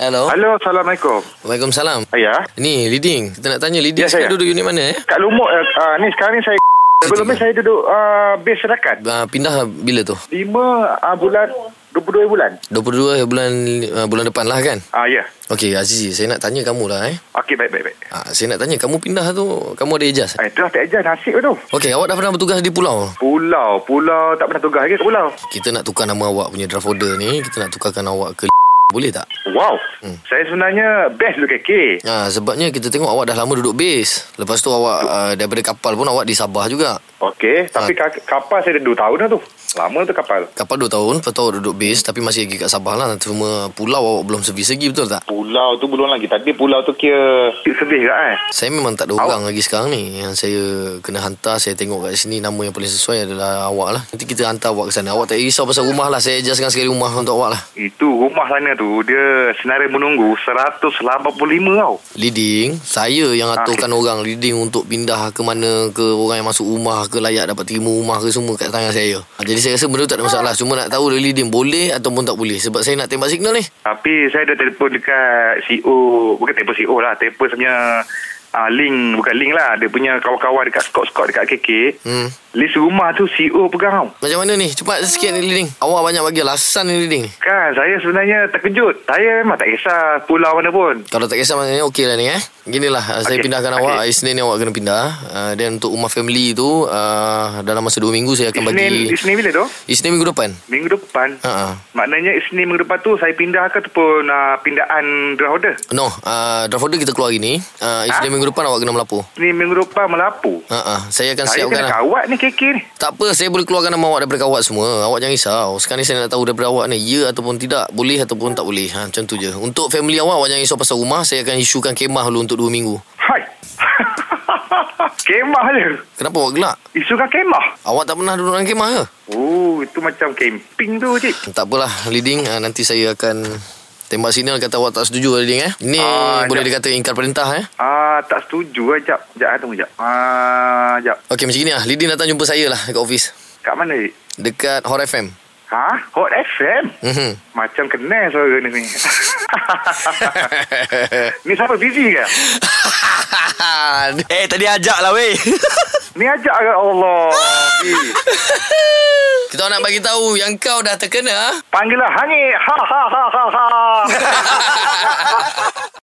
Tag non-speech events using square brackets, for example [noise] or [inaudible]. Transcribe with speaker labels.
Speaker 1: Hello.
Speaker 2: Halo, Assalamualaikum.
Speaker 1: Waalaikumsalam.
Speaker 2: Ya.
Speaker 1: Ni leading. Kita nak tanya leading
Speaker 2: Ya,
Speaker 1: sekarang
Speaker 2: saya.
Speaker 1: duduk unit mana eh?
Speaker 2: Kat Lumut, uh, uh, ni sekarang ni saya... Sebelum ni saya duduk uh, base serakat.
Speaker 1: Uh, pindah bila tu?
Speaker 2: 5 uh, bulan, 22 bulan.
Speaker 1: 22 bulan uh, bulan depan lah kan?
Speaker 2: Ah, ya.
Speaker 1: Okey Azizi, saya nak tanya kamu lah eh.
Speaker 2: Okey, baik, baik, baik.
Speaker 1: Uh, saya nak tanya kamu pindah tu, kamu ada ijaz?
Speaker 2: Eh, itulah tak ajar nasib tu.
Speaker 1: Okey, awak dah pernah bertugas di pulau?
Speaker 2: Pulau, pulau tak pernah tugas lagi ke pulau.
Speaker 1: Kita nak tukar nama awak punya draft order ni, kita nak tukarkan awak ke [laughs] boleh tak?
Speaker 2: Wow. Hmm. Saya sebenarnya best duduk KK.
Speaker 1: Ha, sebabnya kita tengok awak dah lama duduk base. Lepas tu awak uh, daripada kapal pun awak di Sabah juga.
Speaker 2: Okey, tapi ha. kapal saya dah 2 tahun dah tu. Lama tu kapal.
Speaker 1: Kapal 2 tahun, lepas tu awak duduk base tapi masih lagi kat Sabah lah. Cuma pulau awak belum servis lagi betul tak?
Speaker 2: Pulau tu belum lagi. Tadi pulau tu kira... Sedih kat eh?
Speaker 1: Saya memang tak ada
Speaker 2: Awak-
Speaker 1: orang lagi sekarang ni Yang saya kena hantar Saya tengok kat sini Nama yang paling sesuai adalah awak lah Nanti kita hantar awak ke sana Awak tak payah risau pasal rumah lah Saya adjustkan sekali rumah untuk awak lah
Speaker 2: Itu rumah sana tu Dia senarai menunggu 185 tau
Speaker 1: Leading Saya yang aturkan orang Leading untuk pindah ke mana Ke orang yang masuk rumah Ke layak dapat terima rumah ke semua Kat tangan saya Ah, Jadi saya rasa benda tu tak ada masalah Cuma nak tahu dia leading Boleh ataupun tak boleh Sebab saya nak tembak signal ni
Speaker 2: Tapi saya dah telefon dekat CEO Bukan telefon CEO lah Telefon sebenarnya uh, Link Bukan link lah Dia punya kawan-kawan dekat Scott-Scott dekat KK
Speaker 1: Hmm
Speaker 2: List rumah tu CEO pegang tau
Speaker 1: macam mana ni? Cepat sikit ni leading. Awak banyak bagi alasan ni leading.
Speaker 2: Kan saya sebenarnya terkejut Saya memang tak kisah pulau mana pun
Speaker 1: Kalau tak kisah maknanya okey lah ni eh. Ginilah okay. saya
Speaker 2: Okey,
Speaker 1: pindahkan
Speaker 2: okey.
Speaker 1: awak. Hari Isnin ni awak kena pindah. Uh, dan untuk rumah family tu uh, dalam masa 2 minggu saya akan
Speaker 2: Isnin,
Speaker 1: bagi.
Speaker 2: Isnin bila tu?
Speaker 1: Isnin minggu depan.
Speaker 2: Minggu depan
Speaker 1: Ha ah.
Speaker 2: Maknanya Isnin minggu depan tu Saya pindah ke ataupun uh, Pindaan draft order
Speaker 1: No, uh, draft order kita keluar hari ni. Uh, Isnin minggu depan awak kena melapor.
Speaker 2: Isnin minggu depan melapu
Speaker 1: Ha ah. Saya akan
Speaker 2: Saya
Speaker 1: siapkan
Speaker 2: kena
Speaker 1: lah.
Speaker 2: kawat ni KK ni [laughs]
Speaker 1: Tak apa, saya boleh keluarkan nama awak daripada kawat semua. Awak jangan risau. Sekarang ni saya nak tahu daripada awak ni ya ataupun tidak, boleh ataupun tak boleh. Ha macam tu je. Untuk family awak awak jangan risau pasal rumah. Saya akan isukan kemah dulu untuk 2 minggu.
Speaker 2: Hai. [laughs] kemah je.
Speaker 1: Kenapa awak gelak?
Speaker 2: Isu kan kemah.
Speaker 1: Awak tak pernah duduk dalam kemah ke?
Speaker 2: Oh, itu macam camping tu, cik.
Speaker 1: Tak apalah leading uh, nanti saya akan tembak signal kata awak tak setuju leading eh. Ni
Speaker 2: Ah,
Speaker 1: boleh
Speaker 2: jap.
Speaker 1: dikata ingkar perintah eh.
Speaker 2: Ah, tak setuju lah, jap. Jap, ah, tunggu jap. Ah, jap.
Speaker 1: Okey macam gini lah Leading datang jumpa saya lah Dekat office
Speaker 2: Kat mana, cik?
Speaker 1: Dekat Hot FM
Speaker 2: Ha? Hot FM?
Speaker 1: Mhm.
Speaker 2: Macam kenal suara ni. ni. [laughs] ni siapa busy ke?
Speaker 3: [laughs] Eh tadi ajak lah weh
Speaker 2: Ni ajak ke Allah. Eh,
Speaker 1: Kita nak bagi tahu Yang kau dah terkena
Speaker 2: Panggil lah hangit. Ha, [laughs] ha, ha, ha, ha.